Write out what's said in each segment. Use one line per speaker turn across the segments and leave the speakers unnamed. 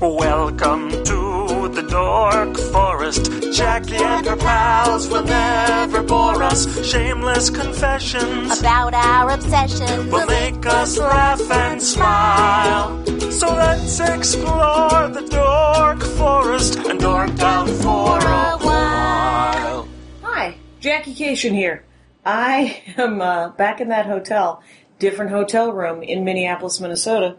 Welcome to the Dork Forest. Jackie and her pals will never bore us. Shameless confessions
about our obsession
will make us laugh and smile. So let's explore the Dork Forest and dork out for a while.
Hi, Jackie Cation here. I am uh, back in that hotel, different hotel room in Minneapolis, Minnesota,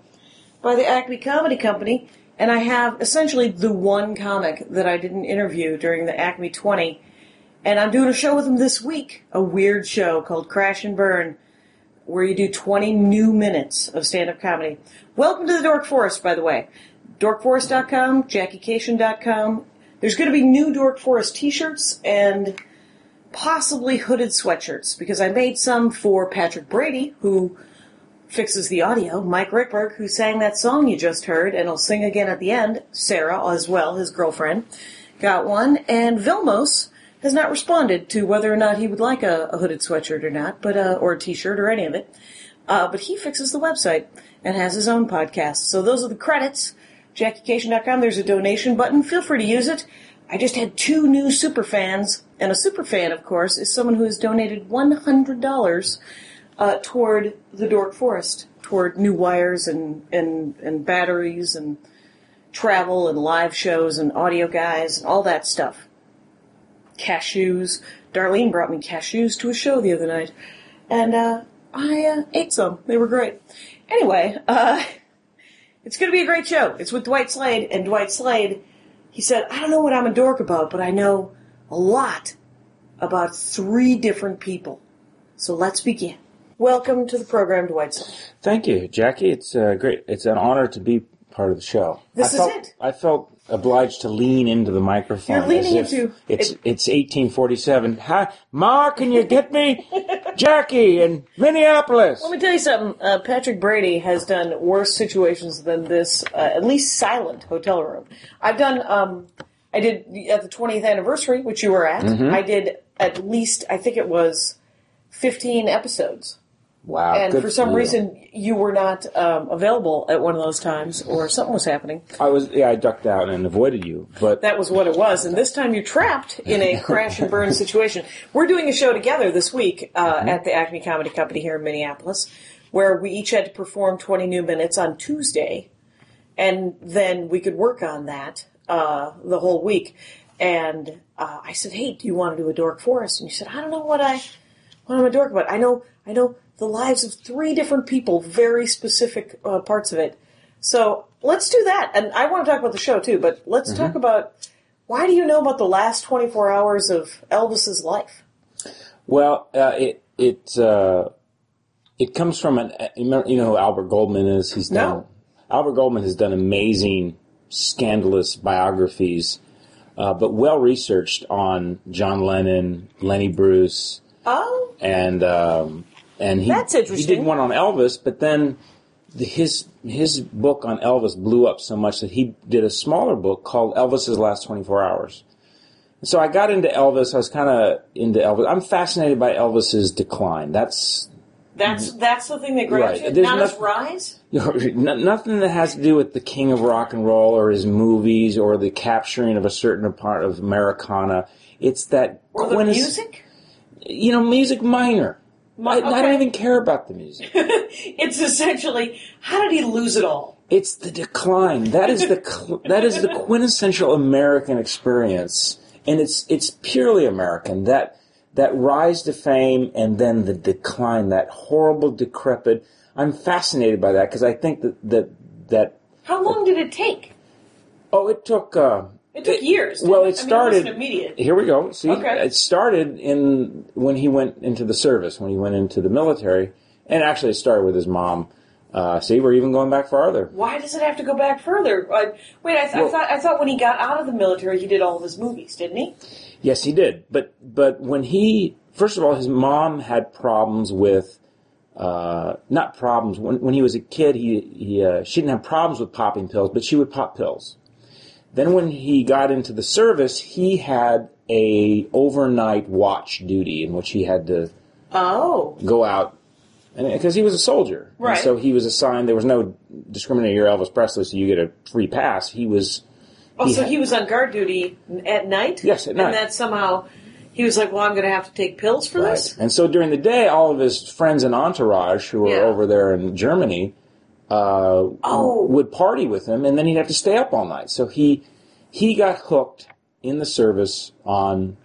by the Acme Comedy Company, and I have essentially the one comic that I didn't interview during the Acme 20, and I'm doing a show with him this week, a weird show called Crash and Burn, where you do 20 new minutes of stand-up comedy. Welcome to the Dork Forest, by the way. DorkForest.com, JackieCation.com. There's going to be new Dork Forest t-shirts and possibly hooded sweatshirts because I made some for Patrick Brady, who fixes the audio, Mike Rickberg, who sang that song you just heard and will sing again at the end, Sarah as well, his girlfriend, got one, and Vilmos has not responded to whether or not he would like a, a hooded sweatshirt or not, but uh, or a t-shirt or any of it. Uh, but he fixes the website and has his own podcast. So those are the credits. JackieCation.com. There's a donation button. Feel free to use it. I just had two new super fans, and a super fan, of course, is someone who has donated $100 uh, toward the Dork Forest, toward new wires and, and, and batteries and travel and live shows and audio guys and all that stuff. Cashews. Darlene brought me cashews to a show the other night, and uh, I uh, ate some. They were great. Anyway, uh, it's going to be a great show. It's with Dwight Slade, and Dwight Slade, he said, I don't know what I'm a dork about, but I know a lot about three different people. So let's begin. Welcome to the program, Dwight Slade.
Thank you, Jackie. It's uh, great. It's an honor to be part of the show.
This
I
is
felt,
it.
I felt obliged to lean into the microphone.
You're leaning
as if
into-
It's it's 1847. Hi, Ma, can you get me Jackie in Minneapolis?
Let me tell you something. Uh, Patrick Brady has done worse situations than this, uh, at least silent hotel room. I've done. Um, I did at the 20th anniversary, which you were at. I did at least. I think it was 15 episodes.
Wow.
and
good
for some
you.
reason you were not um, available at one of those times or something was happening
I was yeah, I ducked out and avoided you, but
that was what it was and this time you're trapped in a crash and burn situation we're doing a show together this week uh, at the acme comedy company here in minneapolis where we each had to perform 20 new minutes on tuesday and then we could work on that uh, the whole week and uh, i said hey do you want to do a dork for us and you said i don't know what i what I'm a dork about. I know, I know the lives of three different people, very specific uh, parts of it. So let's do that. And I want to talk about the show too, but let's talk
Mm-hmm.
about why do you know about the last 24 hours of Elvis's life?
Well, uh, it it uh, it comes from an you know you know who Albert Goldman is. He's
No.
done Albert Goldman has done amazing, scandalous biographies, uh, but well researched on John Lennon, Lenny Bruce,
Oh,
and um, and he
That's
he
interesting.
did one on Elvis, but then the, his his book on Elvis blew up so much that he did a smaller book called Elvis's Last Twenty Four Hours. So I got into Elvis. I was kind of into Elvis. I'm fascinated by Elvis's decline. That's
that's that's the thing that grabs
Mm-hmm. Right.
you.
There's
Not his
noth-
rise.
n- nothing that has to do with the king of rock and roll or his movies or the capturing of a certain part of Americana. It's that
Or the
quintess-
music?
You know, music minor. I, I
okay.
don't even care about the music.
It's essentially how did he lose it all?
It's the decline. That is the cl- that is the quintessential American experience, and it's it's purely American. That that rise to fame and then the decline. That horrible decrepit. I'm fascinated by that because I think that that that
How long did it take?
oh, it took. Uh,
It took years.
Well, it
didn't I mean,
started.
wasn't immediate.
Here we go. See,
Okay.
it started in when he went into the service, when he went into the military, and actually it started with his mom. Uh, see, we're even going back farther.
Why does it have to go back further? Uh, wait, I, th- I
Well-
thought I thought when he got out of the military, he did all of his movies, didn't he?
Yes, he did. But but when he first of all, his mom had problems with uh, not problems when when he was a kid. He he uh, she didn't have problems with popping pills, but she would pop pills. Then when he got into the service, he had a overnight watch duty in which he had to
Oh,
go out because he was a soldier, And
Right.
so he was assigned. There was no discriminating. You're Elvis Presley, so you get a free pass. He was
Oh, so
Yeah.
he was on guard duty n- at night?
Yes, at night.
And that somehow he was like, well, I'm going to have to take pills for this?
And so during the day, all of his friends and entourage who were
Yeah.
over there in Germany uh,
Oh.
would party with him, and then he'd have to stay up all night. So he he got hooked in the service on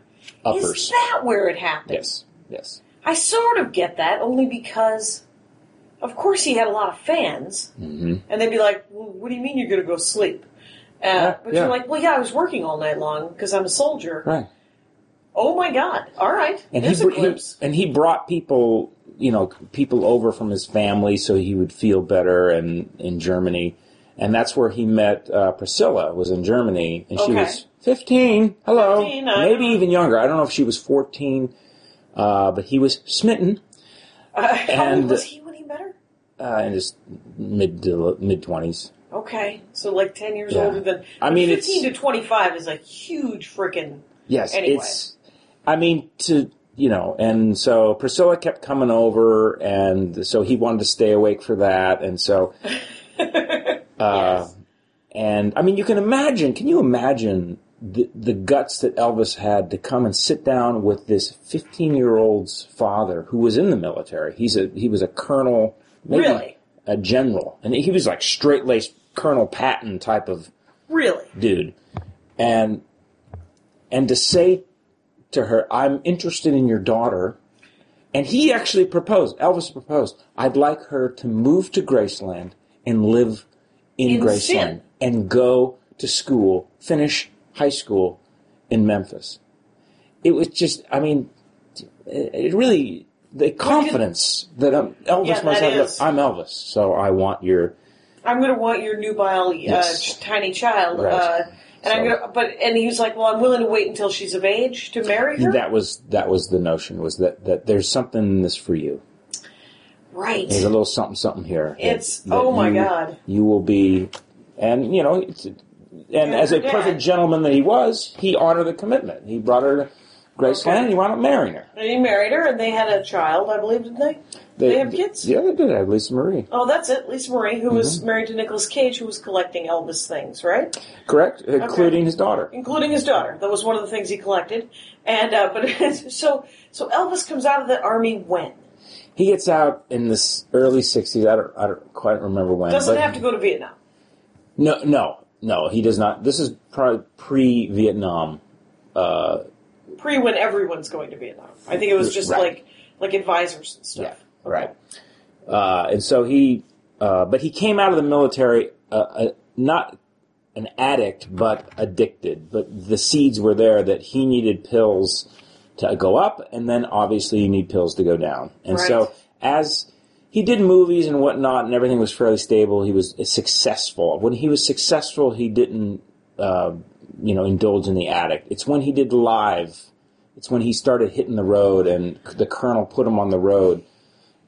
uppers.
Is that where it happened?
yes, yes.
I sort of get that, only because, of course, he had a lot of fans.
Mhm.
And they'd be like, well, what do you mean you're going to go sleep? Uh, but
yeah.
you're like, well, yeah, I was working all night long because I'm a soldier.
Right.
Oh, my God. All right.
And
There's
he,
a
br- he
glimpse.
and he brought people, you know, people over from his family so he would feel better. And in Germany, and that's where he met uh, Priscilla. Was in Germany, and she
Okay.
was fifteen. Hello,
15, I
maybe
don't-
even younger. I don't know if she was fourteen, uh, but he was smitten
How old
and-
was he when he met her?
uh, in his mid to, mid twenties.
Okay, so like ten years
Yeah.
older than
I mean, it's-
fifteen to twenty-five is a huge freaking
Yes,
Anyway.
it's. I mean, to you know, and so Priscilla kept coming over, and so he wanted to stay awake for that, and so. Uh,
Yes.
And I mean, you can imagine. Can you imagine the, the guts that Elvis had to come and sit down with this 15 year old's father, who was in the military? He's a he was a colonel, maybe
Really?
a general, and he was like straight laced Colonel Patton type of
really.
dude, and and to say to her, "I'm interested in your daughter," and he actually proposed. Elvis proposed, "I'd like her to move to Graceland and live
In
in, Graceland
sin.
and go to school, finish high school in Memphis." It was just, I mean, it it really the confidence that um, Elvis
Yeah,
must
that
have.
is.
Look, I'm Elvis, so I want your
I'm going to want your nubile uh,
Yes.
ch- tiny child,
Right.
uh, and I'm
So-
going to. But and he was like, "Well, I'm willing to wait until she's of age to marry her."
that was that was the notion was that that there's something in this for you.
right.
There's a little something something here. that-
It's-
that
oh my
you-
God.
You will be, and you know, it's, and as a
forget.
perfect gentleman that he was, he honored the commitment. He brought her to Graceland,
Okay.
and he wound up marrying her.
And he married her, and they had a child, I believe, didn't they? They have kids?
Yeah, they did. I have Lisa Marie.
Oh, that's it. Lisa Marie, who was
Mm-hmm.
married to Nicolas Cage, who was collecting Elvis things, right?
Correct, including his daughter.
including his daughter. That was one of the things he collected. And uh, but so so Elvis comes out of the army when
He gets out in the early '60s. I don't, I don't quite remember when.
doesn't
but-
have to go to Vietnam.
No, no, no. He does not. This is probably pre-Vietnam. Uh,
Pre when everyone's going to Vietnam. I think it was just
Right.
like like advisors and stuff. Okay.
Right. Uh, and so he, uh, but he came out of the military uh, uh, not an addict, but addicted. But the seeds were there that he needed pills to go up, and then obviously you need pills to go down. And
Right.
so as he did movies and whatnot, and everything was fairly stable, he was successful. When he was successful, he didn't, uh, you know, indulge in the addict. It's when he did live. It's when he started hitting the road, and the colonel put him on the road,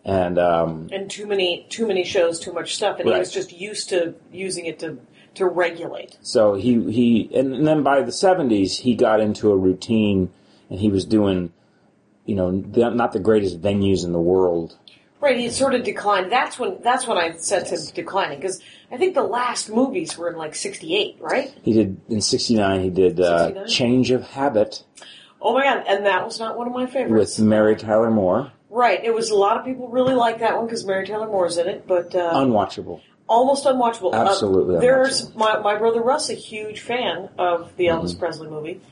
and um,
And too many too many shows, too much stuff, and he
Right.
was just used to using it to to regulate.
So he he and, and then by the seventies he got into a routine and he was doing, you know, the, not the greatest venues in the world.
Right, he sort of declined. That's when that's when I sense him declining because I think the last movies were in like '68, right?
He did in sixty nine. He did uh,
69?
Change of Habit
Oh my god, and that was not one of my favorites.
with Mary Tyler Moore.
Right. It was a lot of people really like that one because Mary Tyler Moore's in it, but uh,
Unwatchable.
almost unwatchable. Uh,
Absolutely
there's
unwatchable. Mm-hmm.
my my brother Russ, a huge fan of the Elvis Presley movie.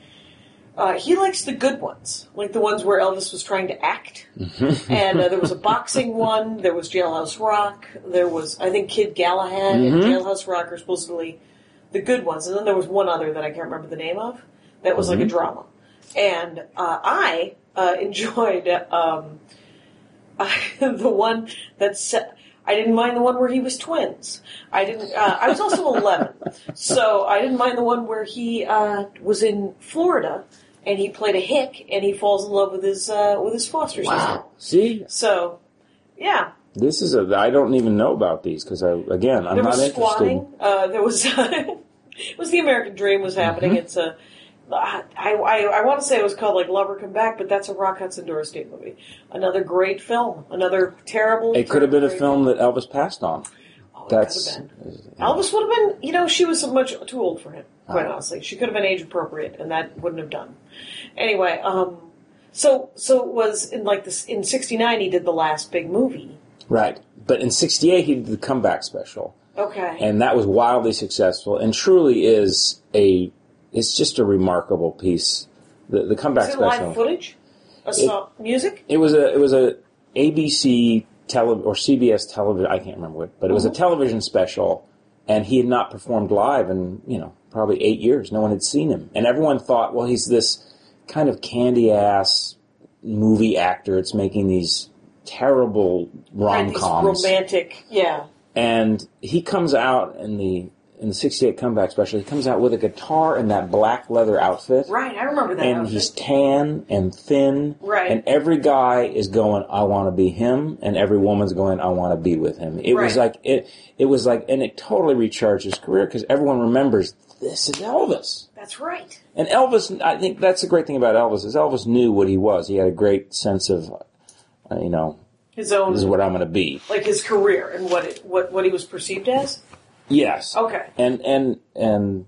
Uh, he likes the good ones, like the ones where Elvis was trying to act.
Mm-hmm.
and uh, there was a boxing one. There was Jailhouse Rock. There was, I think, Kid Galahad and
Mm-hmm.
Jailhouse Rock are supposedly the good ones. And then there was one other that I can't remember the name of that was
Mm-hmm.
like a drama. And uh, I uh, enjoyed um, the one that's I didn't mind the one where he was twins. I didn't. Uh, I was also eleven, so I didn't mind the one where he uh, was in Florida and he played a hick and he falls in love with his uh, with his foster sister.
See,
So, yeah,
this is a I don't even know about these because I again I'm
there
not
was
interested.
squatting.
Mm-hmm.
Uh, there was it was the American Dream was happening. It's a I, I, I want to say it was called like Lover Come Back, but that's a Rock Hudson Doris Day movie. Another great film. Another terrible.
It could have been a
terrible-
film that Elvis passed on.
Oh, it could
That's
have been. Elvis would have been, you know, she was much too old for him, quite
Ah.
honestly. She could have been age appropriate, and that wouldn't have done. Anyway, um, so so it was in like this in '69 he did the last big movie.
right. But in '68, he did the comeback special,
Okay,
and that was wildly successful, and truly is a. It's just a remarkable piece. The, the comeback
is it
special.
live footage? A song, music?
It was a it was a ABC tele or CBS television. I can't remember what, but it was
Mm-hmm.
a television special, and he had not performed live in you know probably eight years. No one had seen him, and everyone thought, well, he's this kind of candy ass movie actor. It's making these terrible
Like
rom
these
coms,
romantic, yeah.
and he comes out in the in the '68 comeback special. He comes out with a guitar and that black leather outfit,
Right, I remember that.
and
outfit.
he's tan and thin.
Right.
And every guy is going, I want to be him, and every woman's going, I want to be with him. It was
Right.
like it. It was like, and it totally recharged his career because everyone remembers this is Elvis.
That's right.
And Elvis, I think that's the great thing about Elvis is Elvis knew what he was. He had a great sense of, uh, you know,
His own,
this is what I'm going to be.
like his career and what it, what what he was perceived as.
Yes.
Okay.
And and and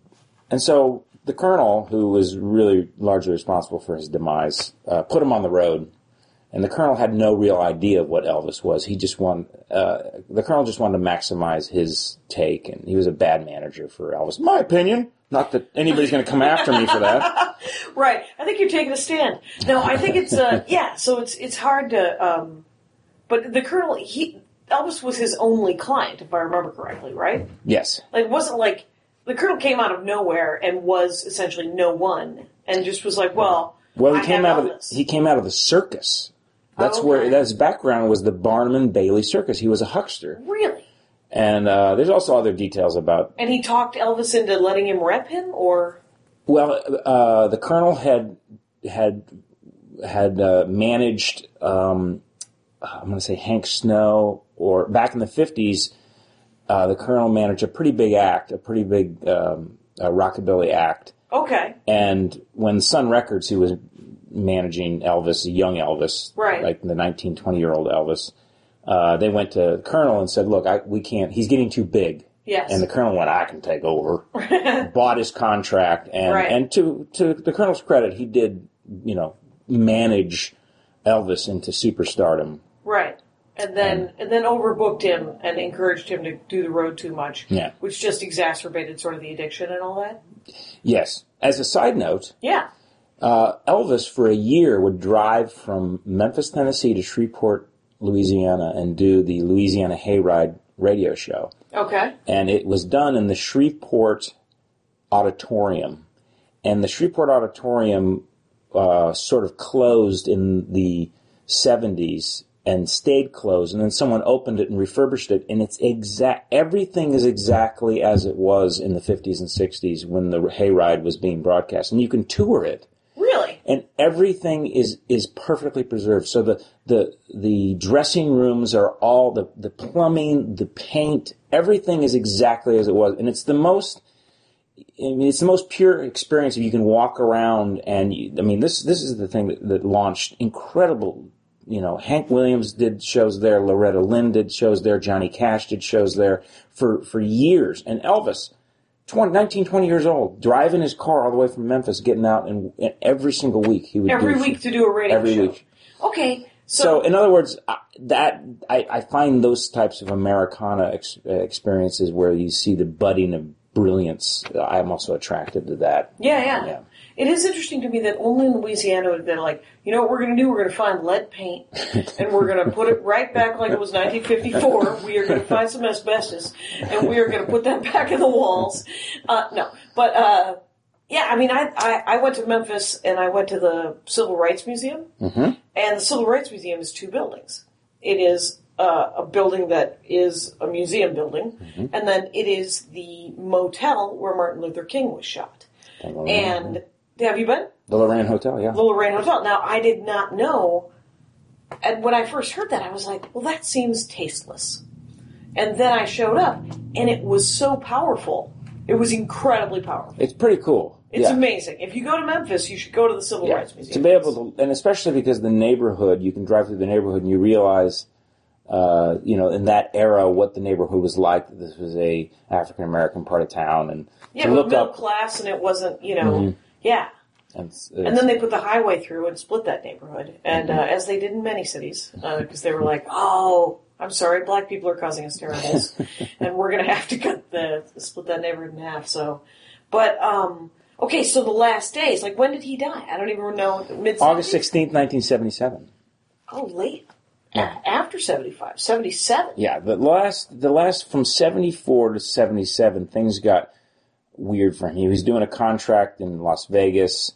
and so the colonel, who was really largely responsible for his demise, uh, put him on the road. And the colonel had no real idea of what Elvis was. He just wanted uh, the colonel just wanted to maximize his take, and he was a bad manager for Elvis. In my opinion, not that anybody's going to come after me for that.
Right. I think you're taking a stand. No, I think it's uh yeah, so it's it's hard to um but the colonel he Elvis was his only client if I remember correctly, right?
Yes,
Like it wasn't like the colonel came out of nowhere and was essentially no one and just was like, well,
well, he
I
came
have
out of
Elvis.
the, he came out of the circus.
Oh,
That's
okay.
where his background was the Barnum and Bailey Circus. He was a huckster,
really.
and uh, there's also other details about
And he talked Elvis into letting him rep him or
Well, uh, the colonel had had had uh, managed. Um, I'm going to say Hank Snow, or back in the '50s, uh, the colonel managed a pretty big act, a pretty big um, uh, rockabilly act.
okay.
And when Sun Records, he was managing Elvis, young Elvis,
Right.
like the 19, 20 year old Elvis. Uh, they went to the colonel and said, "Look, I, we can't. He's getting too big."
Yes.
And the colonel went, "I can take over." Bought his contract, and
Right.
and to to the colonel's credit, he did you know manage Elvis into superstardom.
Right. And then and then overbooked him and encouraged him to do the road too much.
Yeah.
Which just exacerbated sort of the addiction and all that.
Yes. As a side note,
Yeah.
uh, Elvis for a year would drive from Memphis, Tennessee to Shreveport, Louisiana, and do the Louisiana Hayride radio show.
Okay.
and it was done in the Shreveport Auditorium. And the Shreveport Auditorium uh, sort of closed in the 70s and stayed closed, and then someone opened it and refurbished it, and it's exact. Everything is exactly as it was in the 50s and 60s when the Hayride was being broadcast, and you can tour it
Really?
and everything is is perfectly preserved. So the the the dressing rooms are all the the plumbing, the paint, everything is exactly as it was, and it's the most. I mean, it's the most pure experience if you can walk around and you, I mean this this is the thing that, that launched incredible. You know, Hank Williams did shows there, Loretta Lynn did shows there, Johnny Cash did shows there for for years, and Elvis. 20, 19, 20 years old, driving his car all the way from Memphis, getting out, and, and every single week he would
Every
do
week to do a radio
every
show.
week.
Okay. So,
So, in other words, I- that I, I find those types of Americana ex, uh, experiences where you see the budding of brilliance. uh, I'm also attracted to that.
yeah, yeah,
Yeah.
It is interesting to me that only in Louisiana would have been like, you know what we're going to do? We're going to find lead paint and we're going to put it right back like it was 1954. We are going to find some asbestos and we are going to put that back in the walls. Uh, no, but, uh, yeah, I mean, I, I, I went to Memphis and I went to the Civil Rights Museum. And the Civil Rights Museum is two buildings. It is uh, a building that is a museum building, and then it is the motel where Martin Luther King was shot. And have you been?
The Lorraine Hotel, yeah.
The Lorraine Hotel. Now, I did not know, and when I first heard that, I was like, well, that seems tasteless. And then I showed up, and it was so powerful. It was incredibly powerful.
It's pretty cool.
It's
Yeah.
amazing. If you go to Memphis, you should go to the Civil
Yeah.
Rights Museum.
To be able to, and especially because the neighborhood, you can drive through the neighborhood and you realize, uh, you know, in that era, what the neighborhood was like. that This was a African American part of town, and
yeah,
to
but
look
middle
up. Mm-hmm.
class, and it wasn't, you know, yeah.
And, it's-
And then they put the highway through and split that neighborhood, and
Mm-hmm.
uh, as they did in many cities, because they were like, "Oh, I'm sorry, black people are causing us terribles, and we're going to have to cut the split that neighborhood in half." So, but um, okay, so the last days, like when did he die? I don't even know. Mid
August sixteenth, nineteen seventy-seven.
Oh, late. A- After 75, 77.
Yeah, the last, the last from seventy-four to seventy-seven, things got weird for him. He was doing a contract in Las Vegas,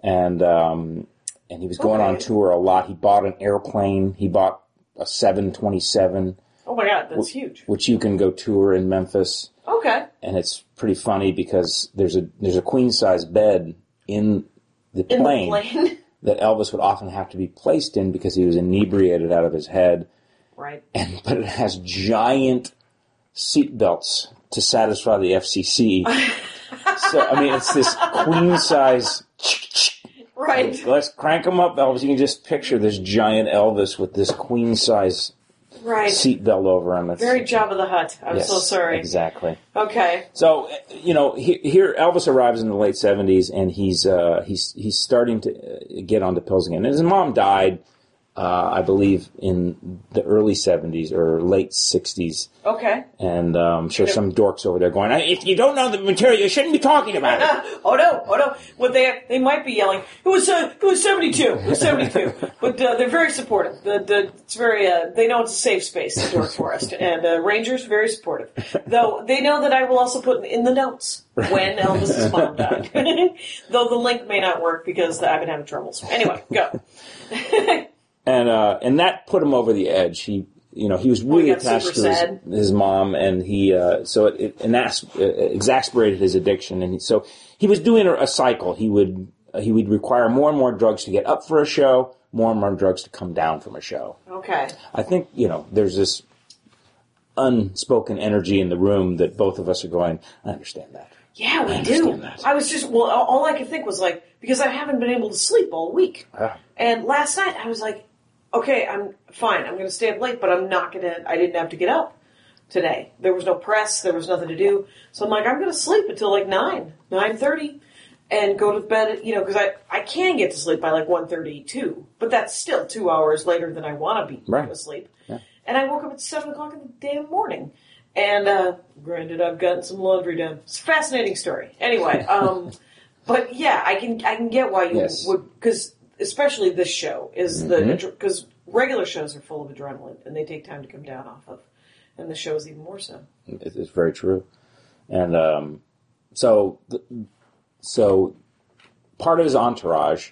and um, and he was going on
Okay.
tour a lot. He bought an airplane. He bought a seven twenty-seven.
Oh my God, that's huge.
which you can go tour in Memphis,
Okay.
and it's pretty funny because there's a there's a queen size bed in the
In
plane,
the plane.
that Elvis would often have to be placed in because he was inebriated out of his head,
right.
and but it has giant seat belts to satisfy the FCC. so I mean, it's this queen size.
Right.
Let's crank them up, Elvis. You can just picture this giant Elvis with this queen size
Right.
seatbelt over him. It's,
Very job of the hut. I'm
yes,
so sorry.
Exactly.
Okay.
So uh, you know, he- here Elvis arrives in the late seventies, and he's uh, he's he's starting to uh, get onto pills again. And his mom died, uh, I believe, in the early seventies or late sixties.
Okay.
And um, I'm sure some dorks over there going, "I- "If you don't know the material, you shouldn't be talking about it."
Oh no! Oh no! What they they might be yelling. It was uh, it was seventy two. It was seventy two. But uh, they're very supportive. The, the it's very uh, they know it's a safe space, the Dork Forest, and uh, Rangers very supportive. Though they know that I will also put in the notes when Elvis's mom died. Though the link may not work because I've been having troubles. Anyway, go.
and uh, and that put him over the edge. He you know he was really
got
attached
super
to his,
sad.
his mom, and he uh, so it, it enas- uh, exasperated his addiction, and he, so he was doing a, a cycle. He would uh, he would require more and more drugs to get up for a show, more and more drugs to come down from a show.
Okay.
I think you know there's this unspoken energy in the room that both of us are going. I understand that.
Yeah, we do.
understand that.
I was just well, all all I could think was like because I haven't been able to sleep all week.
Yeah.
And last night I was like, okay, I'm fine. I'm going to stay up late, but I'm not going to. I didn't have to get up today. There was no press. There was nothing to do. So I'm like, I'm going to sleep until like nine, nine thirty, and go to bed. You know, because I I can get to sleep by like one thirty two, but that's still two hours later than I want to be
Right.
asleep. And I woke up at seven o'clock in the damn morning. And uh, granted, I've gotten some laundry done. It's a fascinating story. Anyway, um, but yeah, I can I can get why you
Yes. Mm-hmm.
would because especially this show is the because regular shows are full of adrenaline and they take time to come down off of, and the show is even more so.
It- It's very true. And um, so, th- so part of his entourage,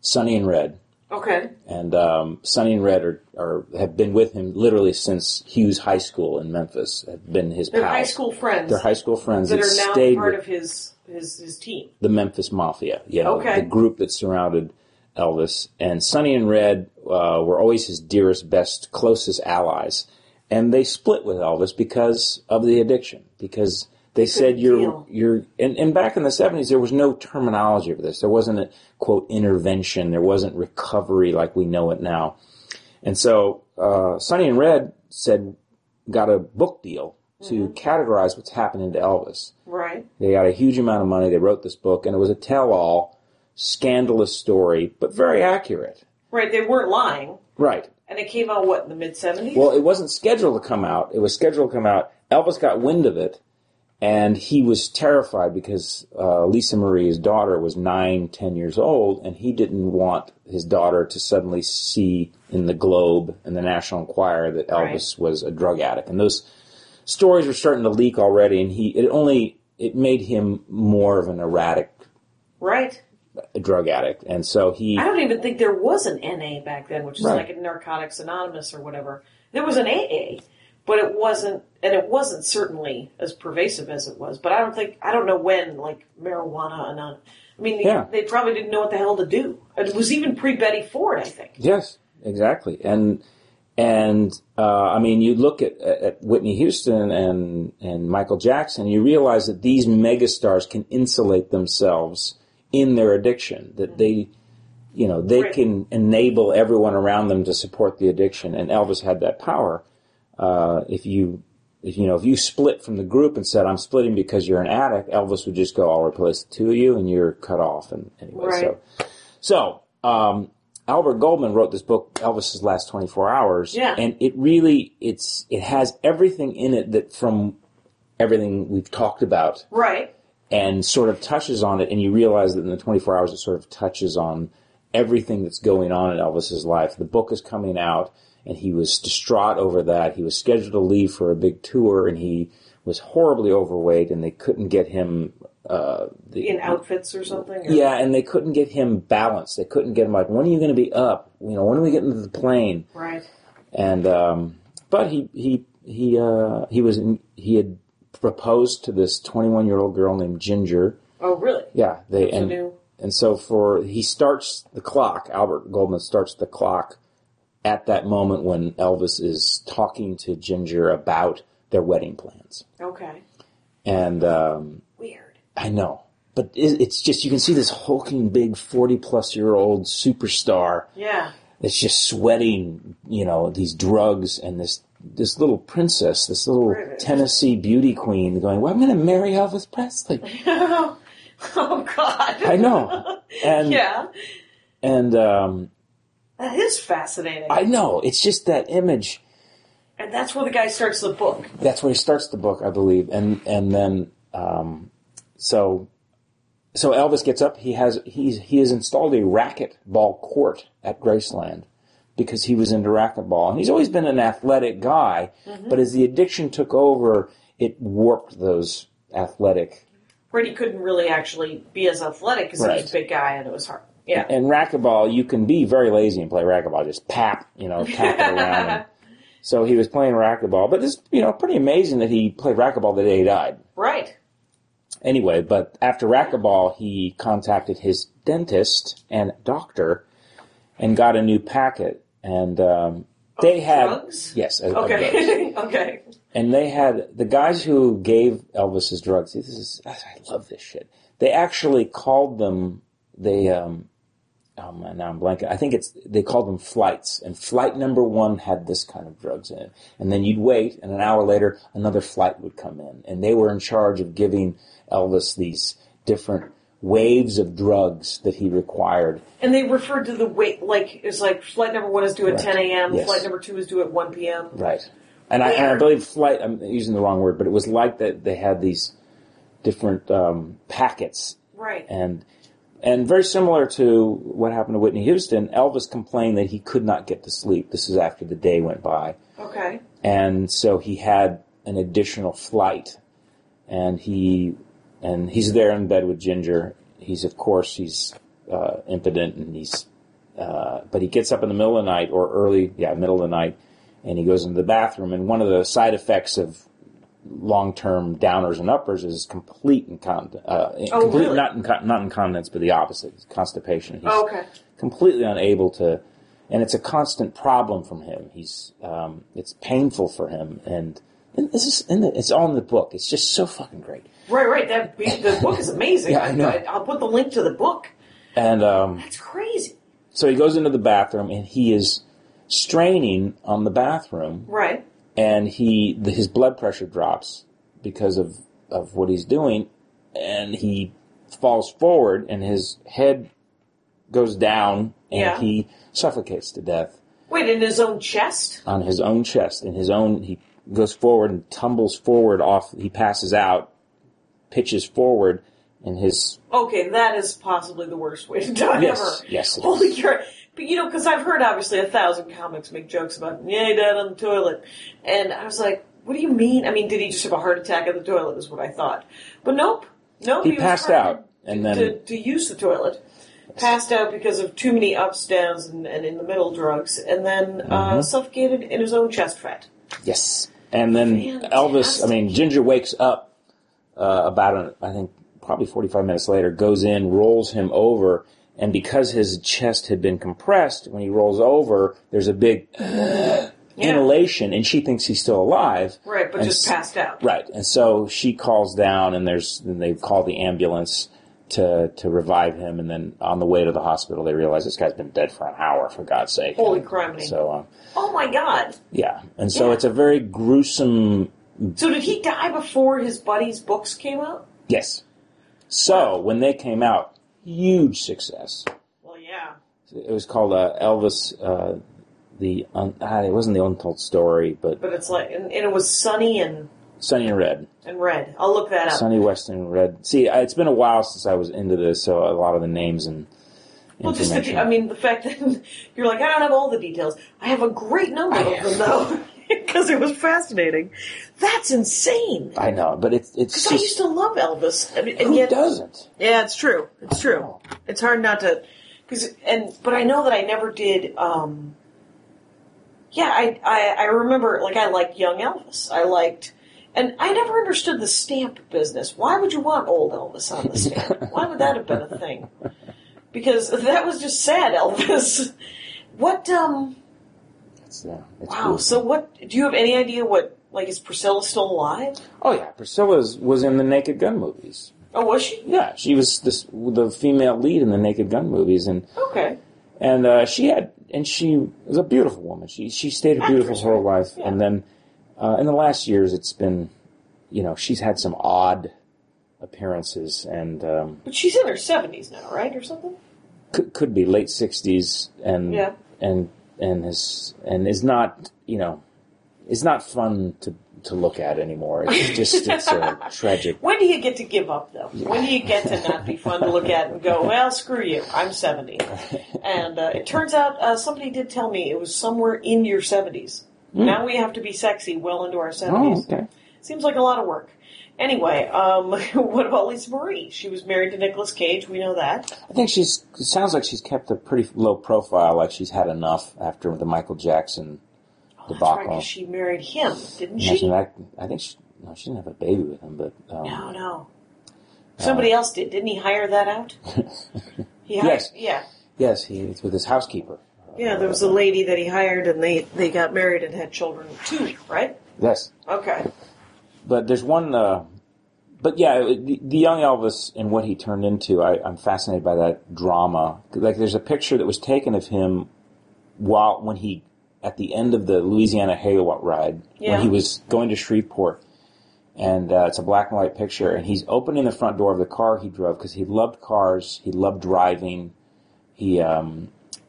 Sonny and Red,
Okay,
and um, Sonny and Red are, are have been with him literally since Hughes High School in Memphis. Have been his
they're
pals.
high school friends
They're high school friends
that
that
are now
stayed
part
with
of his his his team.
the Memphis Mafia. You know,
Okay.
the group that surrounded Elvis and Sonny and Red uh, were always his dearest, best, closest allies. And they split with Elvis because of the addiction. Because they said you're
deal.
you're and, and back in the seventies there was no terminology for this. There wasn't a quote intervention. There wasn't recovery like we know it now. And so uh, Sonny and Red said got a book deal to
Mm-hmm.
categorize what's happening to Elvis.
Right.
They got a huge amount of money. They wrote this book, and it was a tell-all, scandalous story, but very accurate.
Right. They weren't lying,
Right.
and it came out what in the mid seventies.
Well, it wasn't scheduled to come out. It was scheduled to come out. Elvis got wind of it, and he was terrified because uh, Lisa Marie, his daughter, was nine, ten years old, and he didn't want his daughter to suddenly see in the Globe and the National Enquirer that Elvis was a drug addict. And those stories were starting to leak already, and he it only it made him more of an erratic
right.
a drug addict, and so he
I don't even think there was an NA back then, which is
Right.
like a Narcotics Anonymous or whatever. There was an AA, but it wasn't, and it wasn't certainly as pervasive as it was. But I don't think I don't know when like marijuana anon. I mean,
Yeah.
they, they probably didn't know what the hell to do. It was even pre Betty Ford, I think.
yes, exactly, and And uh, I mean, you look at, at Whitney Houston and and Michael Jackson, you realize that these megastars can insulate themselves in their addiction. That they, you know, they
Right.
can enable everyone around them to support the addiction. And Elvis had that power. Uh, if you if you know if you split from the group and said I'm splitting because you're an addict, Elvis would just go, I'll replace the two of you, and you're cut off. And anyway,
Right.
so so um, Albert Goldman wrote this book, Elvis's Last 24 Hours.
Yeah.
And it really, it's, it has everything in it that from everything we've talked about
Right.
and sort of touches on it. And you realize that in the 24 hours, it sort of touches on everything that's going on in Elvis's life. The book is coming out and he was distraught over that. He was scheduled to leave for a big tour and he was horribly overweight and they couldn't get him, uh, the,
In outfits or something. or-
yeah, and they couldn't get him balanced. They couldn't get him like, when are you going to be up? You know, when are we getting to the plane?
Right.
And um, but he he he uh, he was in, he had proposed to this 21 year old girl named Ginger.
Oh, really?
Yeah, they
That's a
and
new-
and so for he starts the clock. Albert Goldman starts the clock at that moment when Elvis is talking to Ginger about their wedding plans.
Okay.
And um,
Weird.
I know. But it- it's just, you can see this hulking big 40 plus year old superstar
Yeah.
that's just sweating, you know, these drugs and this, this little princess, this little
Right.
Tennessee beauty queen going, well, I'm going to marry Elvis Presley.
oh God.
I know. And,
Yeah.
and, um,
That is fascinating.
I know. It's just that image.
and that's where the guy starts the book.
that's where he starts the book, I believe, and and then um, so so Elvis gets up. He has he's he has installed a racquetball court at Graceland because he was into racquetball, and he's always been an athletic guy. But as the addiction took over, it warped those athletic.
Where he couldn't really actually be as athletic because he
Right.
was a big guy and it was hard. Yeah.
And racquetball, you can be very lazy and play racquetball. Just tap, you know, tap it around. And so he was playing racquetball, but it's you know pretty amazing that he played racquetball the day he died.
Right.
Anyway, but after racquetball, he contacted his dentist and doctor and got a new packet. And um, they had
drugs?
yes, of- of drugs.
Okay. okay.
and they had the guys who gave Elvis his drugs. This is I love this shit. They actually called them. They um, oh man, now I'm blanking. I think it's they called them flights. And flight number one had this kind of drugs in it. And then you'd wait, and an hour later, another flight would come in, and they were in charge of giving Elvis these different waves of drugs that he required.
And they referred to the wait, like, it's like flight number one is due at 10 a.m.,
Yes.
flight number two is due at 1 p.m.
Right. And I, and I believe flight, I'm using the wrong word, but it was like that they had these different um, packets.
Right.
And, and very similar to what happened to Whitney Houston, Elvis complained that he could not get to sleep. This is after the day went by.
Okay.
And so he had an additional flight. And he, and he's there in bed with Ginger. He's, of course, he's uh, impotent and he's uh, but he gets up in the middle of the night or early, yeah, middle of the night, and he goes into the bathroom. And one of the side effects of long-term downers and uppers is complete incon- uh,
Oh,
complete
really?
not inco- not incontinence, but the opposite, it's constipation. He's
Oh, okay.
completely unable to, and it's a constant problem from him. He's um, it's painful for him, and, and this is in the, it's all in the book. It's just so fucking great.
Right, right. That be- The book is amazing.
Yeah, I know.
I, will put the link to the book.
And um,
That's crazy.
so he goes into the bathroom and he is straining on the bathroom
Right.
and he the, his blood pressure drops because of of what he's doing, and he falls forward, and his head goes down, and
Yeah.
he suffocates to death
Wait, in his own chest?
on his own chest, in his own he goes forward and tumbles forward off. He passes out, pitches forward, and his
Okay, that is possibly the worst way to die
Yes,
ever.
yes, it is.
Holy crap. But you know, because I've heard obviously a thousand comics make jokes about, yeah, he died on the toilet. And I was like, what do you mean? I mean, did he just have a heart attack on the toilet, is what I thought. But nope. Nope.
He
was
passed
trying
out, and then-
To, to use the toilet. Passed out because of too many ups, downs, and, and in the middle drugs, and then uh,
Mm-hmm.
suffocated in his own chest fat.
Yes. And then Elvis, I mean, Ginger wakes up uh, about, an, I think, probably 45 minutes later, goes in, rolls him over, and because his chest had been compressed, when he rolls over, there's a big
Yeah.
in elation, and she thinks he's still alive.
Right, but
And
just
s-
passed out.
Right, and so she calls down, and there's and they call the ambulance to to revive him, and then on the way to the hospital, they realize this guy's been dead for an hour. For God's sake!
Holy
And
criminy.
So um,
Oh my god.
yeah, and so
Yeah.
it's a very gruesome.
So did he die before his buddy's books came out?
Yes. So when they came out, huge success.
Well, yeah.
It was called uh, Elvis. Uh, the un- ah, it wasn't the untold story, but
But it's like, and, and it was sunny and,
Sunny and Red.
and red. I'll look that up.
Sunny Western Red. See, I, it's been a while since I was into this, so a lot of the names and
well, just the,
information.
I mean, the fact that you're like, I don't have all the details. I have a great number of them though, because it was fascinating. That's insane.
I know, but it's it's
Because I used
just
to love Elvis, I mean, and
who
yet
doesn't?
Yeah, it's true. It's true. It's hard not to, because and but I know that I never did. um Yeah, I I, I remember like I liked young Elvis. I liked, and I never understood the stamp business. Why would you want old Elvis on the stamp? Why would that have been a thing? Because that was just sad, Elvis. What um
It's, uh, it's
wow,
weird.
so what do you have any idea what like is Priscilla still alive?
oh yeah, Priscilla's was in the Naked Gun movies.
Oh was she?
Yeah, she was this the female lead in the Naked Gun movies, and
Okay.
and uh, she had and she was a beautiful woman. She she stayed beautiful
Actress,
her whole life,
Yeah.
and then uh, in the last years, it's been you know she's had some odd appearances and um,
But she's in her seventies now, right? Or something?
could, could be late sixties and
Yeah.
and and is and is not you know is not fun to to look at anymore. It's just it's a tragic.
When do you get to give up, though? When do you get to not be fun to look at and go, well, screw you, I'm 70? And uh, it turns out uh, somebody did tell me it was somewhere in your 70s. Now we have to be sexy well into our 70s.
Hmm. Oh, okay.
Seems like a lot of work. Anyway, um, what about Lisa Marie? She was married to Nicolas Cage, we know that.
I think she's. It sounds like she's kept a pretty low profile. Like she's had enough after the Michael Jackson
Oh, that's right,
debacle.
'cause she married him, didn't
Imagine
she?
that. I think she. No, she didn't have a baby with him, but um,
No, no. Somebody else did. Didn't he hire that out? He hired,
Yes.
Yeah.
yes, he it's with his housekeeper.
Yeah, there was a lady that he hired, and they they got married and had children too, right?
Yes,
Okay.
but there's one. Uh, but yeah, the, the young Elvis and what he turned into. I, I'm fascinated by that drama. Like, there's a picture that was taken of him while when he at the end of the Louisiana Haywatt ride
Yeah.
when he was going to Shreveport, and uh, it's a black and white picture. And he's opening the front door of the car he drove because he loved cars. He loved driving. He um,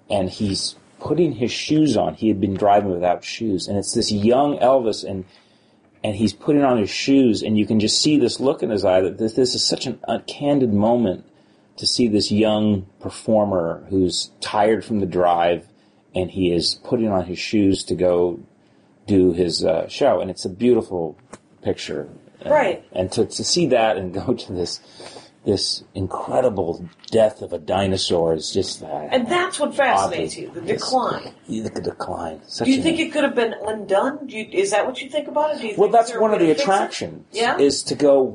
and he's putting his shoes on. He had been driving without shoes, and it's this young Elvis and and he's putting on his shoes, and you can just see this look in his eye that this, this is such an uncandid moment to see this young performer who's tired from the drive, and he is putting on his shoes to go do his uh, show, and it's a beautiful picture, And-
Right.
And to to see that and go to this this incredible death of a dinosaur is just uh,
And that's what fascinates you, the
Yes.
decline.
the decline. Such
Do you
an-
think it could have been undone? Do you, is that what you think about it? Do you
Well,
think
that's
there a
one of
way
the
to fix it?
attractions.
Yeah?
Is to go,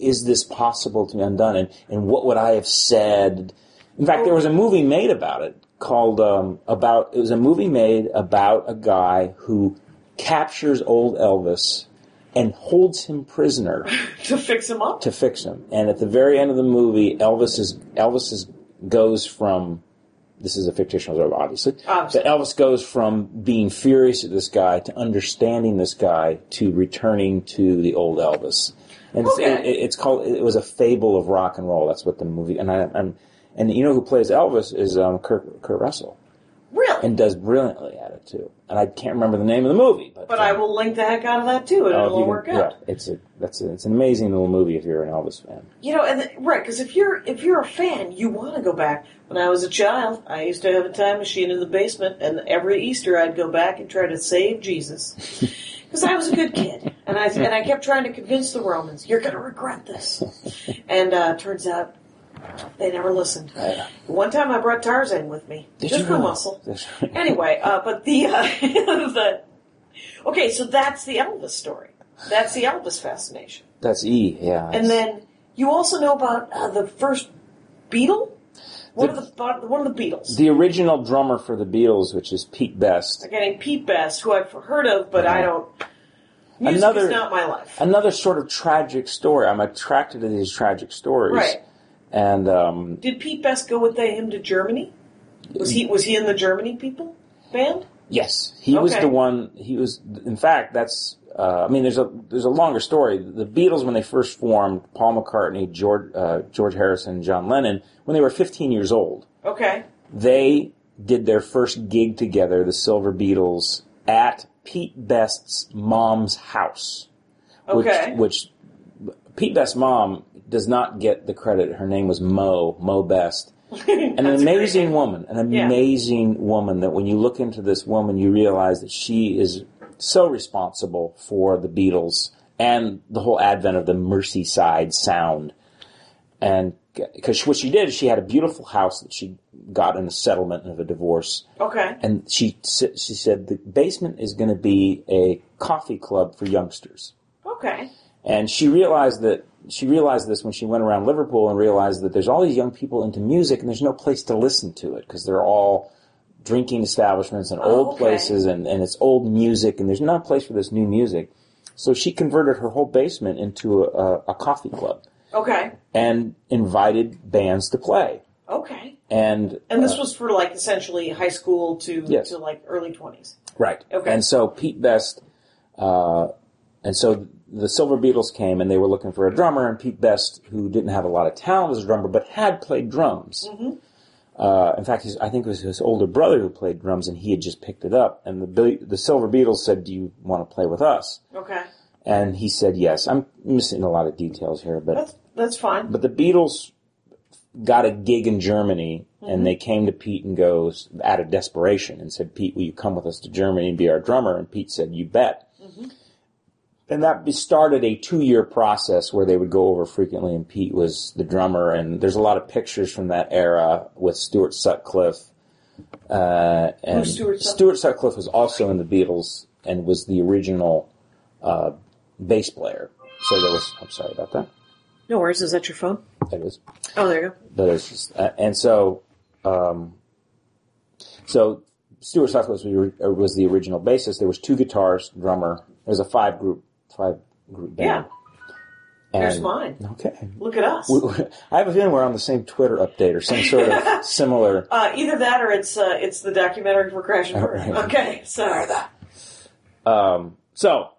is this possible to be undone? And, and what would I have said? In fact, there was a movie made about it called, um, about, it was a movie made about a guy who captures old Elvis and holds him prisoner
to fix him up?
to fix him. And at the very end of the movie, Elvis is Elvis is, goes from this is a fictional story, obviously.
Obviously.
But Elvis goes from being furious at this guy to understanding this guy to returning to the old Elvis. And it's,
Okay.
it, it's called. It was a fable of rock and roll. That's what the movie. And I, and and you know who plays Elvis is um, Kurt, Kurt Russell
really?
and does brilliantly at it too. And I can't remember the name of the movie, but um,
but I will link the heck out of that too, and
uh,
it'll
you
all
can-
work out.
Yeah, it's a that's a, it's an amazing little movie if you're an Elvis fan.
You know, and the, right because if you're if you're a fan, you want to go back. When I was a child, I used to have a time machine in the basement, and every Easter I'd go back and try to save Jesus because I was a good kid, and I and I kept trying to convince the Romans, "You're going to regret this," and uh, turns out they never listened.
Yeah.
One time, I brought Tarzan with me, just for
really?
muscle.
That's-
Anyway, uh, but the uh, the okay, so that's the Elvis story. That's the Elvis fascination.
That's E, yeah.
And
It's-
then you also know about uh, the first beetle. One of the one of the Beatles.
The original drummer for the Beatles, which is Pete Best,
They're getting Pete Best, who I've heard of, but I don't. Music
Uh-huh. Another-
is not my life.
another sort of tragic story. I'm attracted to these tragic stories.
Right.
And um,
Did Pete Best go with him to Germany? Was he was he in the Germany people band?
yes, he was
Okay.
the one. He was, in fact, that's. Uh, I mean, there's a there's a longer story. The Beatles, when they first formed, Paul McCartney, George uh, George Harrison, John Lennon, when they were 15 years old,
Okay,
they did their first gig together, the Silver Beatles, at Pete Best's mom's house. Which,
Okay.
which Pete Best's mom does not get the credit. Her name was Mo, Mo Best. An amazing woman, an
Yeah.
amazing woman that when you look into this woman, you realize that she is so responsible for the Beatles and the whole advent of the Merseyside sound and because what she did is she had a beautiful house that she got in a settlement of a divorce
okay,
and she s- she said the basement is going to be a coffee club for youngsters
okay.
and she realized that she realized this when she went around Liverpool and realized that there's all these young people into music and there's no place to listen to it because they're all drinking establishments and old
okay.
places and, and it's old music and there's no place for this new music so she converted her whole basement into a, a, a coffee club
Okay.
and invited bands to play.
Okay.
And,
And this
uh,
was for like essentially high school to
Yes.
to like early twenties.
right.
Okay.
And so Pete Best, uh, and so the Silver Beatles came and they were looking for a drummer, and Pete Best, who didn't have a lot of talent as a drummer but had played drums. Uh, in fact, his, I think it was his older brother who played drums, and he had just picked it up. And the Be- the Silver Beatles said, "Do you want to play with us?"
Okay,
And he said, "Yes." I'm missing a lot of details here, but
that's that's fine.
But the Beatles got a gig in Germany,
Mm-hmm.
and they came to Pete and goes out of desperation and said, "Pete, will you come with us to Germany and be our drummer?" And Pete said, "You bet."
Mm-hmm.
And that be- started a two-year process where they would go over frequently, and Pete was the drummer. And there's a lot of pictures from that era with Stuart Sutcliffe. Uh, and
Who's Stuart Sutcliffe?
Stuart Sutcliffe was also in the Beatles and was the original uh, bass player. So there was. I'm sorry about that.
No worries. Is that your phone?
That is
Oh, there you go.
but it's just, uh, and so, um, so Stuart Sutcliffe was, the- uh, was the original bassist. There was two guitars, drummer. It was a five group, five group
Yeah,
band. And-
there's mine.
Okay.
Look at us.
I have a feeling we're on the same Twitter update or some sort of similar.
Uh, either that or it's uh, it's the documentary for Crash
Oh,
and Burn.
right.
Okay, so
So,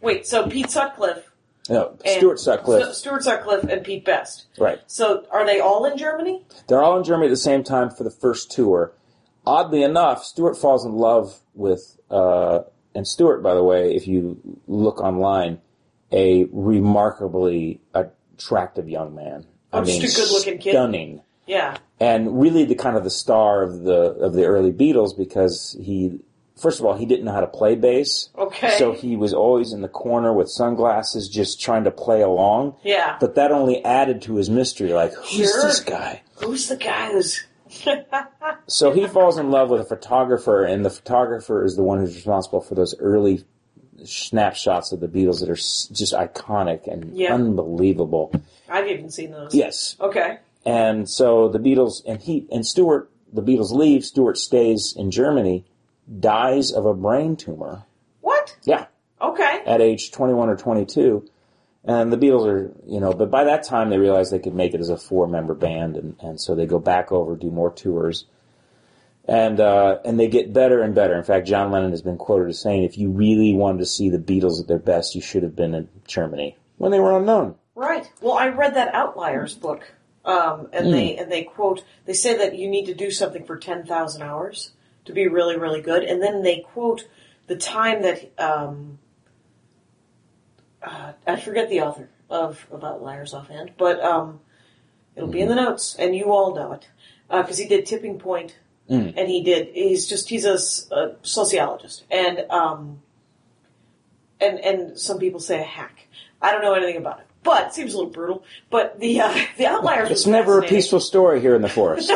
wait, so Pete Sutcliffe,
no,
and,
Stuart Sutcliffe.
Stu- Stuart Sutcliffe, and Pete Best.
right.
So are they all in Germany?
They're all in Germany at the same time for the first tour. Oddly enough, Stewart falls in love with, uh, and Stewart, by the way, if you look online, a remarkably attractive young man. I
Oh, just
mean,
a good-looking kid.
stunning,
Yeah.
and really the kind of the star of the of the early Beatles because he, first of all, he didn't know how to play bass.
Okay.
So he was always in the corner with sunglasses, just trying to play along.
Yeah.
But that only added to his mystery. Like, who's
Sure.
this guy?
Who's the guy who's
So he falls in love with a photographer, and the photographer is the one who's responsible for those early snapshots of the Beatles that are s- just iconic and
Yeah.
unbelievable.
I've even seen those.
Yes,
Okay.
and so the Beatles and he and Stewart, the Beatles leave. Stewart stays in Germany, dies of a brain tumor.
What?
Yeah,
Okay.
at age 21 or 22. And the Beatles are, you know, but by that time they realized they could make it as a four member band. And, and so they go back over, do more tours. And, uh, and they get better and better. In fact, John Lennon has been quoted as saying, if you really wanted to see the Beatles at their best, you should have been in Germany when they were unknown.
Right. Well, I read that Outliers book, um, and they
Hmm.
and they quote they say that you need to do something for ten thousand hours to be really really good, and then they quote the time that um, uh, I forget the author of of Outliers offhand, but um, it'll be in the notes, and you all know it because he did Tipping Point,
Mm.
and he did he's just he's a, s- a sociologist, and um, and and some people say a hack. I don't know anything about it, but it seems a little brutal. But the uh, the outliers.
It's
was
never a
fascinating.
peaceful story here in the forest.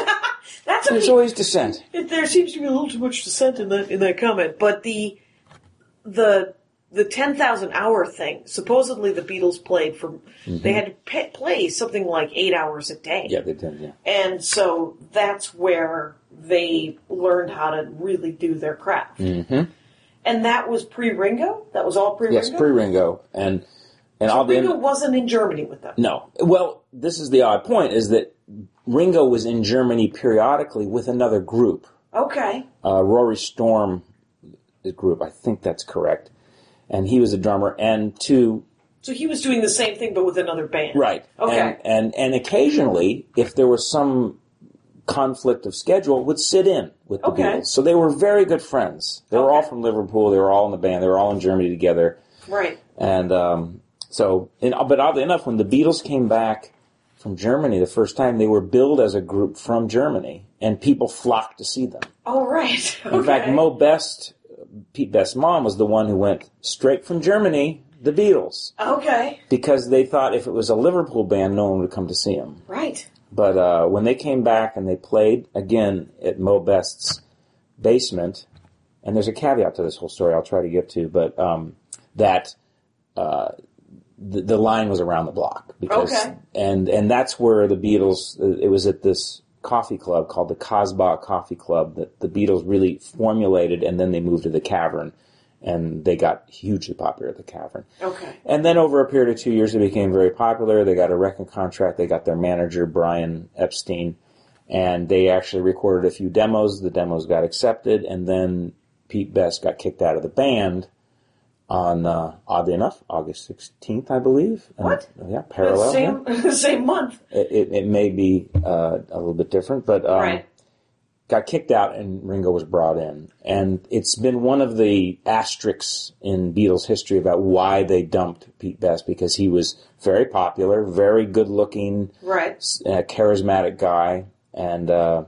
That's a
There's
pe-
always dissent.
it, there seems to be a little too much dissent in that in that comment, but the the the 10,000 hour thing. Supposedly the Beatles played for, they had to pa play something like eight hours a day.
Mm-hmm. Yeah, they did. Yeah.
And so that's where they learned how to really do their craft.
Mhm.
And that was pre Ringo? That was all pre Ringo?
Yes, pre Ringo, and and all the
Ringo wasn't in Germany with them.
no. Well, this is the odd point: is that Ringo was in Germany periodically with another group,
Okay.
uh, Rory Storm group. I think that's correct, and he was a drummer. And two
So he was doing the same thing but with another band.
Right.
Okay.
And, and and occasionally, if there was some conflict of schedule, would sit in with the
Okay.
Beatles. So they were very good friends. They were all
Okay.
from Liverpool. They were all in the band. They were all in Germany together.
Right.
And um, so, and, uh, but oddly enough, when the Beatles came back from Germany the first time, they were billed as a group from Germany, and people flocked to see them.
All right.
In fact,
Okay.
Mo Best, Pete Best's mom, was the one who went straight from Germany. The Beatles,
Okay.
because they thought if it was a Liverpool band, no one would come to see them.
Right.
But uh, when they came back and they played again at Mo Best's basement, and there's a caveat to this whole story I'll try to get to, but um, that uh, the, the line was around the block because,
Okay.
and and that's where the Beatles. It was at this coffee club called the Cosba Coffee Club that the Beatles really formulated, and then they moved to the Cavern, and they got hugely popular at the Cavern.
Okay.
And then over a period of two years, they became very popular. They got a record contract. They got their manager, Brian Epstein, and they actually recorded a few demos. The demos got accepted, and then Pete Best got kicked out of the band on, uh, oddly enough, August 16th, I believe. And-
What?
yeah, parallel. yeah.
Same same month.
It, it, it may be uh, a little bit different, but um,
right.
got kicked out and Ringo was brought in. And it's been one of the asterisks in Beatles history about why they dumped Pete Best because he was very popular, very good looking,
Right.
uh, charismatic guy. And, uh,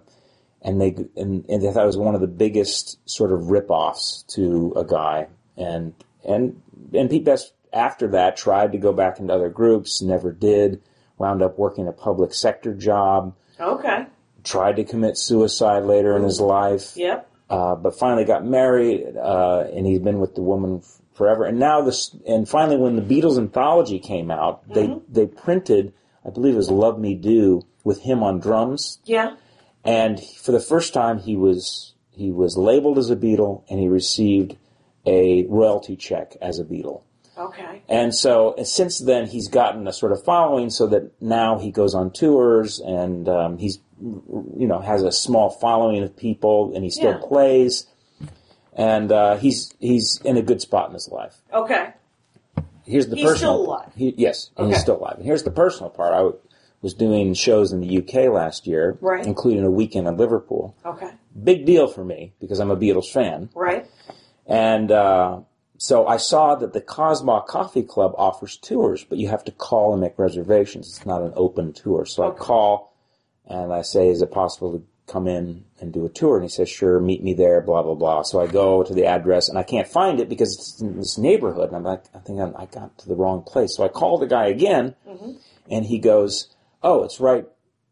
and they, and, and they thought it was one of the biggest sort of rip-offs to a guy. And, and, and Pete Best after that tried to go back into other groups, never did, wound up working a public sector job
Okay.
tried to commit suicide later in his life,
Yep.
uh, but finally got married, uh, and he's been with the woman f- forever. And now this, and finally, when the Beatles anthology came out, they they printed, I believe it was "Love Me Do" with him on drums,
Yeah.
and for the first time, he was he was labeled as a Beatle, and he received a royalty check as a Beatle.
Okay.
And so and since then, he's gotten a sort of following so that now he goes on tours and um, he's, you know, has a small following of people and he still
Yeah.
plays. And uh, he's he's in a good spot in his life.
Okay.
Here's the
He's
personal.
still alive.
He, yes, and he's
Okay.
still alive. And here's the personal part. I w- was doing shows in the UK last year,
Right.
including a weekend in Liverpool.
Okay.
Big deal for me because I'm a Beatles fan.
Right.
And uh, so I saw that the Cosmo Coffee Club offers tours, but you have to call and make reservations. It's not an open tour. So I
Okay.
call and I say, is it possible to come in and do a tour? And he says, sure, meet me there, blah, blah, blah. So I go to the address and I can't find it because it's in this neighborhood. And I'm like, I think I'm, I got to the wrong place. So I call the guy again
Mm-hmm.
and he goes, oh, it's right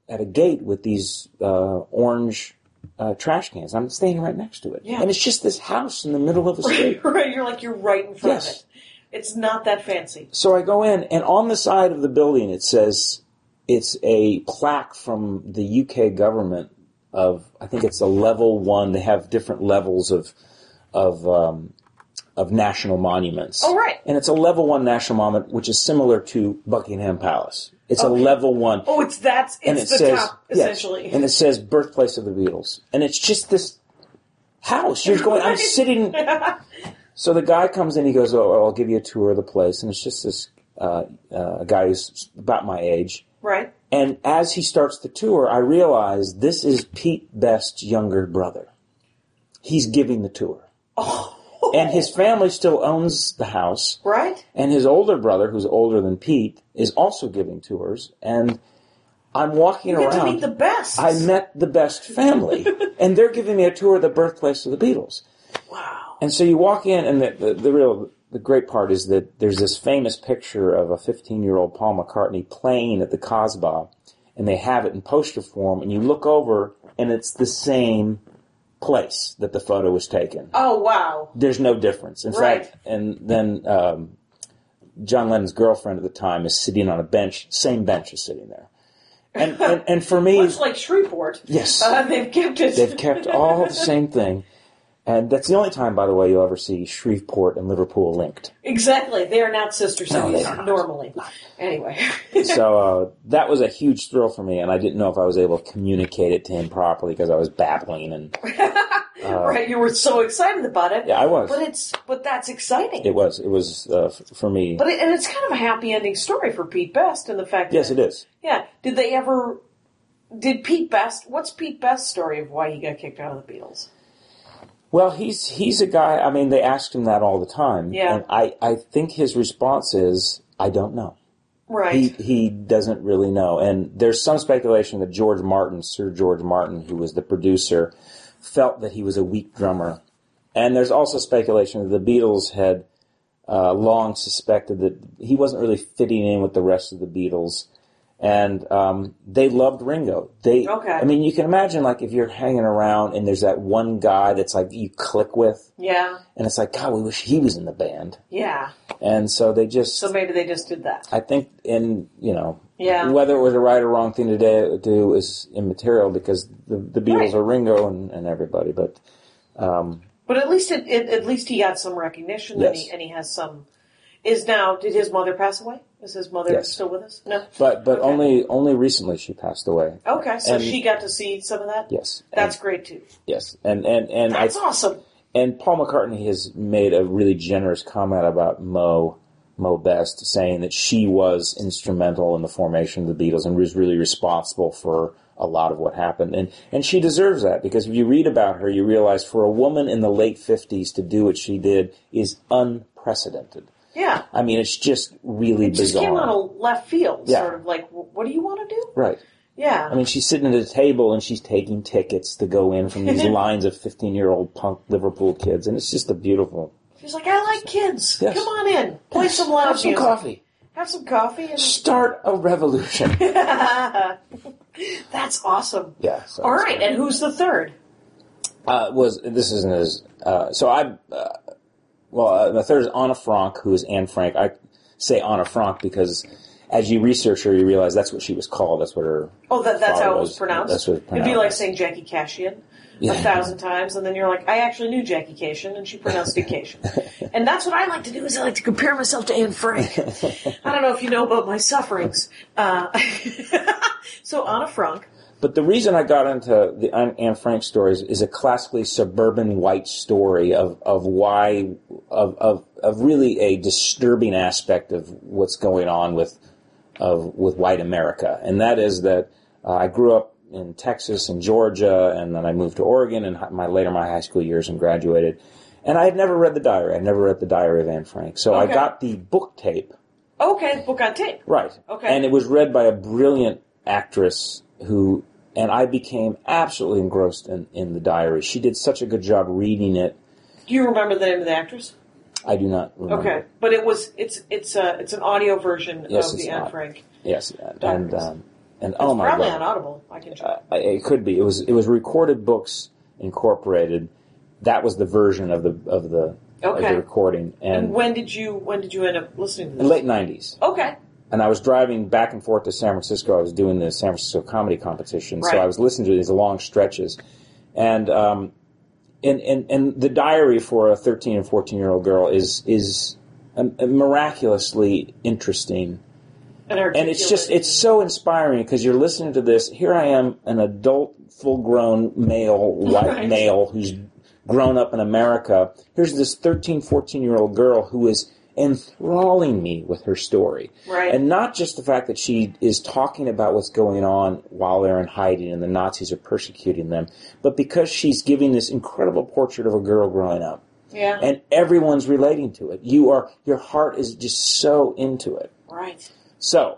at a gate with these uh, orange uh, trash cans. I'm standing right next to it.
Yeah.
And it's just this house in the middle of a street.
right. You're like you're right in front
Yes.
of it. It's not that fancy.
So I go in, and on the side of the building, it says it's a plaque from the UK government of I think it's a level one. They have different levels of of um, of national monuments.
Oh, right.
And it's a level one national monument, which is similar to Buckingham Palace. It's a
Okay.
level one.
Oh, it's that's
and
it's
it
the
says
top
yes,
essentially.
and it says birthplace of the Beatles, and it's just this house. You're going. I'm
Right.
sitting. So the guy comes in. He goes, "Oh, I'll give you a tour of the place," and it's just this uh, uh, guy who's about my age.
right.
And as he starts the tour, I realize this is Pete Best's younger brother. He's giving the tour,
Oh.
and his family still owns the house.
Right.
And his older brother, who's older than Pete, is also giving tours. And I'm walking
You get
around.
to meet the best.
I met the best family, and they're giving me a tour of the birthplace of the Beatles.
wow.
And so you walk in, and the, the, the real the great part is that there's this famous picture of a 15 year old Paul McCartney playing at the Cosba, and they have it in poster form. And you look over, and it's the same place that the photo was taken.
Oh wow.
There's no difference. In
Right.
fact, and then um, John Lennon's girlfriend at the time is sitting on a bench, same bench is sitting there. And and, and for me,
Much like Shreveport.
yes,
Uh, they've kept it.
they've kept all the same thing. And that's the only time, by the way, you'll ever see Shreveport and Liverpool linked.
exactly. They are not sister cities
they are not.
normally. Anyway.
so uh, that was a huge thrill for me, and I didn't know if I was able to communicate it to him properly because I was babbling, and
right, you were so excited about it.
Yeah, I was.
But it's but that's exciting.
it was it was uh, f- for me.
but it, and it's kind of a happy ending story for Pete Best and the fact
Yes,
that
it is.
Yeah. Did they ever? Did Pete Best? What's Pete Best's story of why he got kicked out of the Beatles?
Well, he's he's a guy. I mean, they asked him that all the time,
Yeah.
and I I think his response is I don't know.
Right.
He he doesn't really know, and there's some speculation that George Martin, Sir George Martin, who was the producer, felt that he was a weak drummer, and there's also speculation that the Beatles had uh, long suspected that he wasn't really fitting in with the rest of the Beatles, and um, they loved Ringo. They,
Okay.
I mean, you can imagine like if you're hanging around and there's that one guy that's like you click with,
yeah.
and it's like God, we wish he was in the band,
Yeah.
and so they just
So maybe they just did that.
I think in you know
Yeah.
whether it was a right or wrong thing to da- do is immaterial because the, the Beatles
Right.
are Ringo and, and everybody. But
But at least it, it at least he got some recognition and,
Yes.
he, and he has some. Is now? Did his mother pass away? Is his mother
Yes.
still with us? No.
but but
Okay. Oh.
only only recently she passed away.
Okay, so
And-
she got to see some of that.
Yes,
That's
and,
great too.
yes, and and and I,
That's awesome.
and Paul McCartney has made a really generous comment about Mo Mo Best, saying that she was instrumental in the formation of the Beatles and was really responsible for a lot of what happened. And and she deserves that because if you read about her, you realize for a woman in the late fifties to do what she did is unprecedented.
Yeah.
I mean, it's just really
It just
bizarre.
came out of left field,
Yeah.
sort of like, "Wh- what do you want to do?
right.
Yeah.
I mean, she's sitting at a table and she's taking tickets to go in from these lines of fifteen-year-old punk Liverpool kids, and it's just a beautiful.
She's like, I like kids.
Yes.
Come on in. Play some loud
Have some
music.
coffee.
Have some coffee. And
start a revolution.
that's awesome.
yeah. So
All right. And who's the third?
Uh, was this isn't as uh, so I uh, well uh, the third is Anna Frank, who is Anne Frank. I say Anna Frank because as you research her, you realize that's what she was called. That's what her.
Oh, that, that's how it was
Follows.
pronounced.
That's what it's
It'd be like
pronounced.
saying Jackie Cashian a
Yeah.
thousand times, and then you're like, I actually knew Jackie Cashian, and she pronounced it Cashian. and that's what I like to do is I like to compare myself to Anne Frank. I don't know if you know about my sufferings. Uh, so Anna Frank.
But the reason I got into the Anne Anne Frank stories is a classically suburban white story of, of why of, of of really a disturbing aspect of what's going on with of with white America, and that is that uh, I grew up in Texas and Georgia, and then I moved to Oregon and hi- my later my high school years and graduated, and I had never read the diary. I'd never read the diary of Anne Frank, so
Okay.
I got the book tape
Okay, book on tape.
Right.
Okay.
And it was read by a brilliant actress who, and I became absolutely engrossed in, in the diary. She did such a good job reading it.
Do you remember the name of the actress?
I do not remember.
Okay, but it was it's it's a it's an audio version
Yes,
of
it's
the Anne
not.
Frank.
Yes. And, and, um, and oh
it's
my Uh,
probably on
God.
Audible. I can check.
I- it could be. It was, it was recorded books incorporated. That was the version of the, of the, of
Okay.
the recording.
and
And
when did you when did you end up listening to this?
in late nineties.
Okay,
and I was driving back and forth to San Francisco. I was doing the San Francisco comedy competition,
Right.
so I was listening to these long stretches, and um, and, and and the diary for a thirteen and fourteen year old girl is is um, miraculously interesting,
and,
and it's just it's so inspiring because you're listening to this. Here I am, an adult, full grown male, white
Right.
male who's grown up in America. Here's this 13, 14 year old girl who is enthralling me with her story.
Right.
And not just the fact that she is talking about what's going on while they're in hiding and the Nazis are persecuting them, but because she's giving this incredible portrait of a girl growing up.
yeah
And everyone's relating to it. You are your heart is just so into it.
right.
So,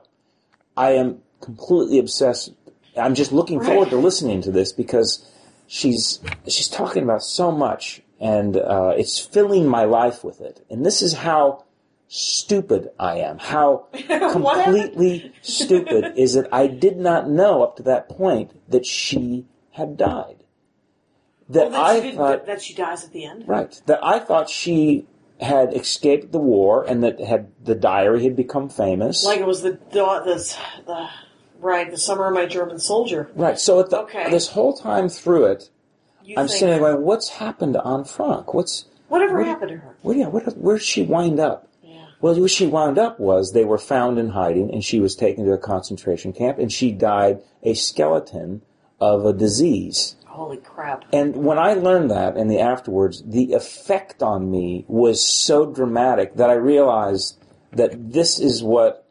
I am completely obsessed. I'm just looking
Right.
forward to listening to this because she's she's talking about so much, and uh, it's filling my life with it. And this is how stupid I am. How
What happened?
completely stupid is that I did not know up to that point that she had died. that
Well,
I
she didn't-
thought
that she dies at the end.
Right. That I thought she had escaped the war and that had the diary had become famous.
Like it was the the, the, the right the summer of my German soldier.
right. So at the,
Okay.
this whole time through it,
You
I'm
think,
sitting there going, "What's happened to Anne Frank? What's
whatever
what-
happened to her?
well, yeah, what, where'd she wind up?"
Yeah.
Well, what she wound up was they were found in hiding, and she was taken to a concentration camp, and she died a skeleton of a disease.
Holy crap!
And when I learned that in the afterwards, the effect on me was so dramatic that I realized that this is what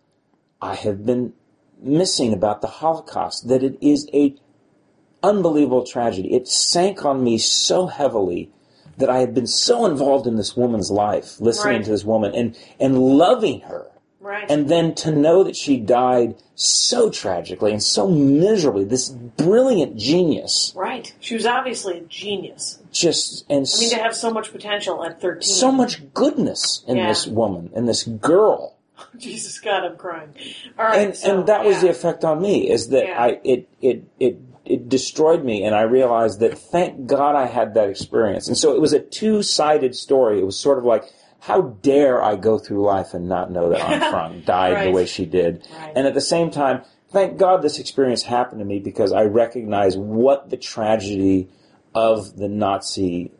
I have been missing about the Holocaust, that it is a unbelievable tragedy. It sank on me so heavily that I had been so involved in this woman's life, listening
Right.
to this woman and, and loving her.
Right.
And then to know that she died so tragically and so miserably, this brilliant genius
right. She was obviously a genius.
just and
I mean, to have so much potential at thirteen.
so much goodness in
Mm-hmm. Yeah.
this woman in this girl
Jesus God, I'm crying. All right.
and
so,
and that was
yeah.
the effect on me is that
Yeah.
i it it it it destroyed me and i realized that thank god i had that experience and so it was a two-sided story it was sort of like how dare i go through life and not know that Anne Frank died the
Right.
way she did
Right.
and at the same time thank god this experience happened to me because i recognize what the tragedy of the nazi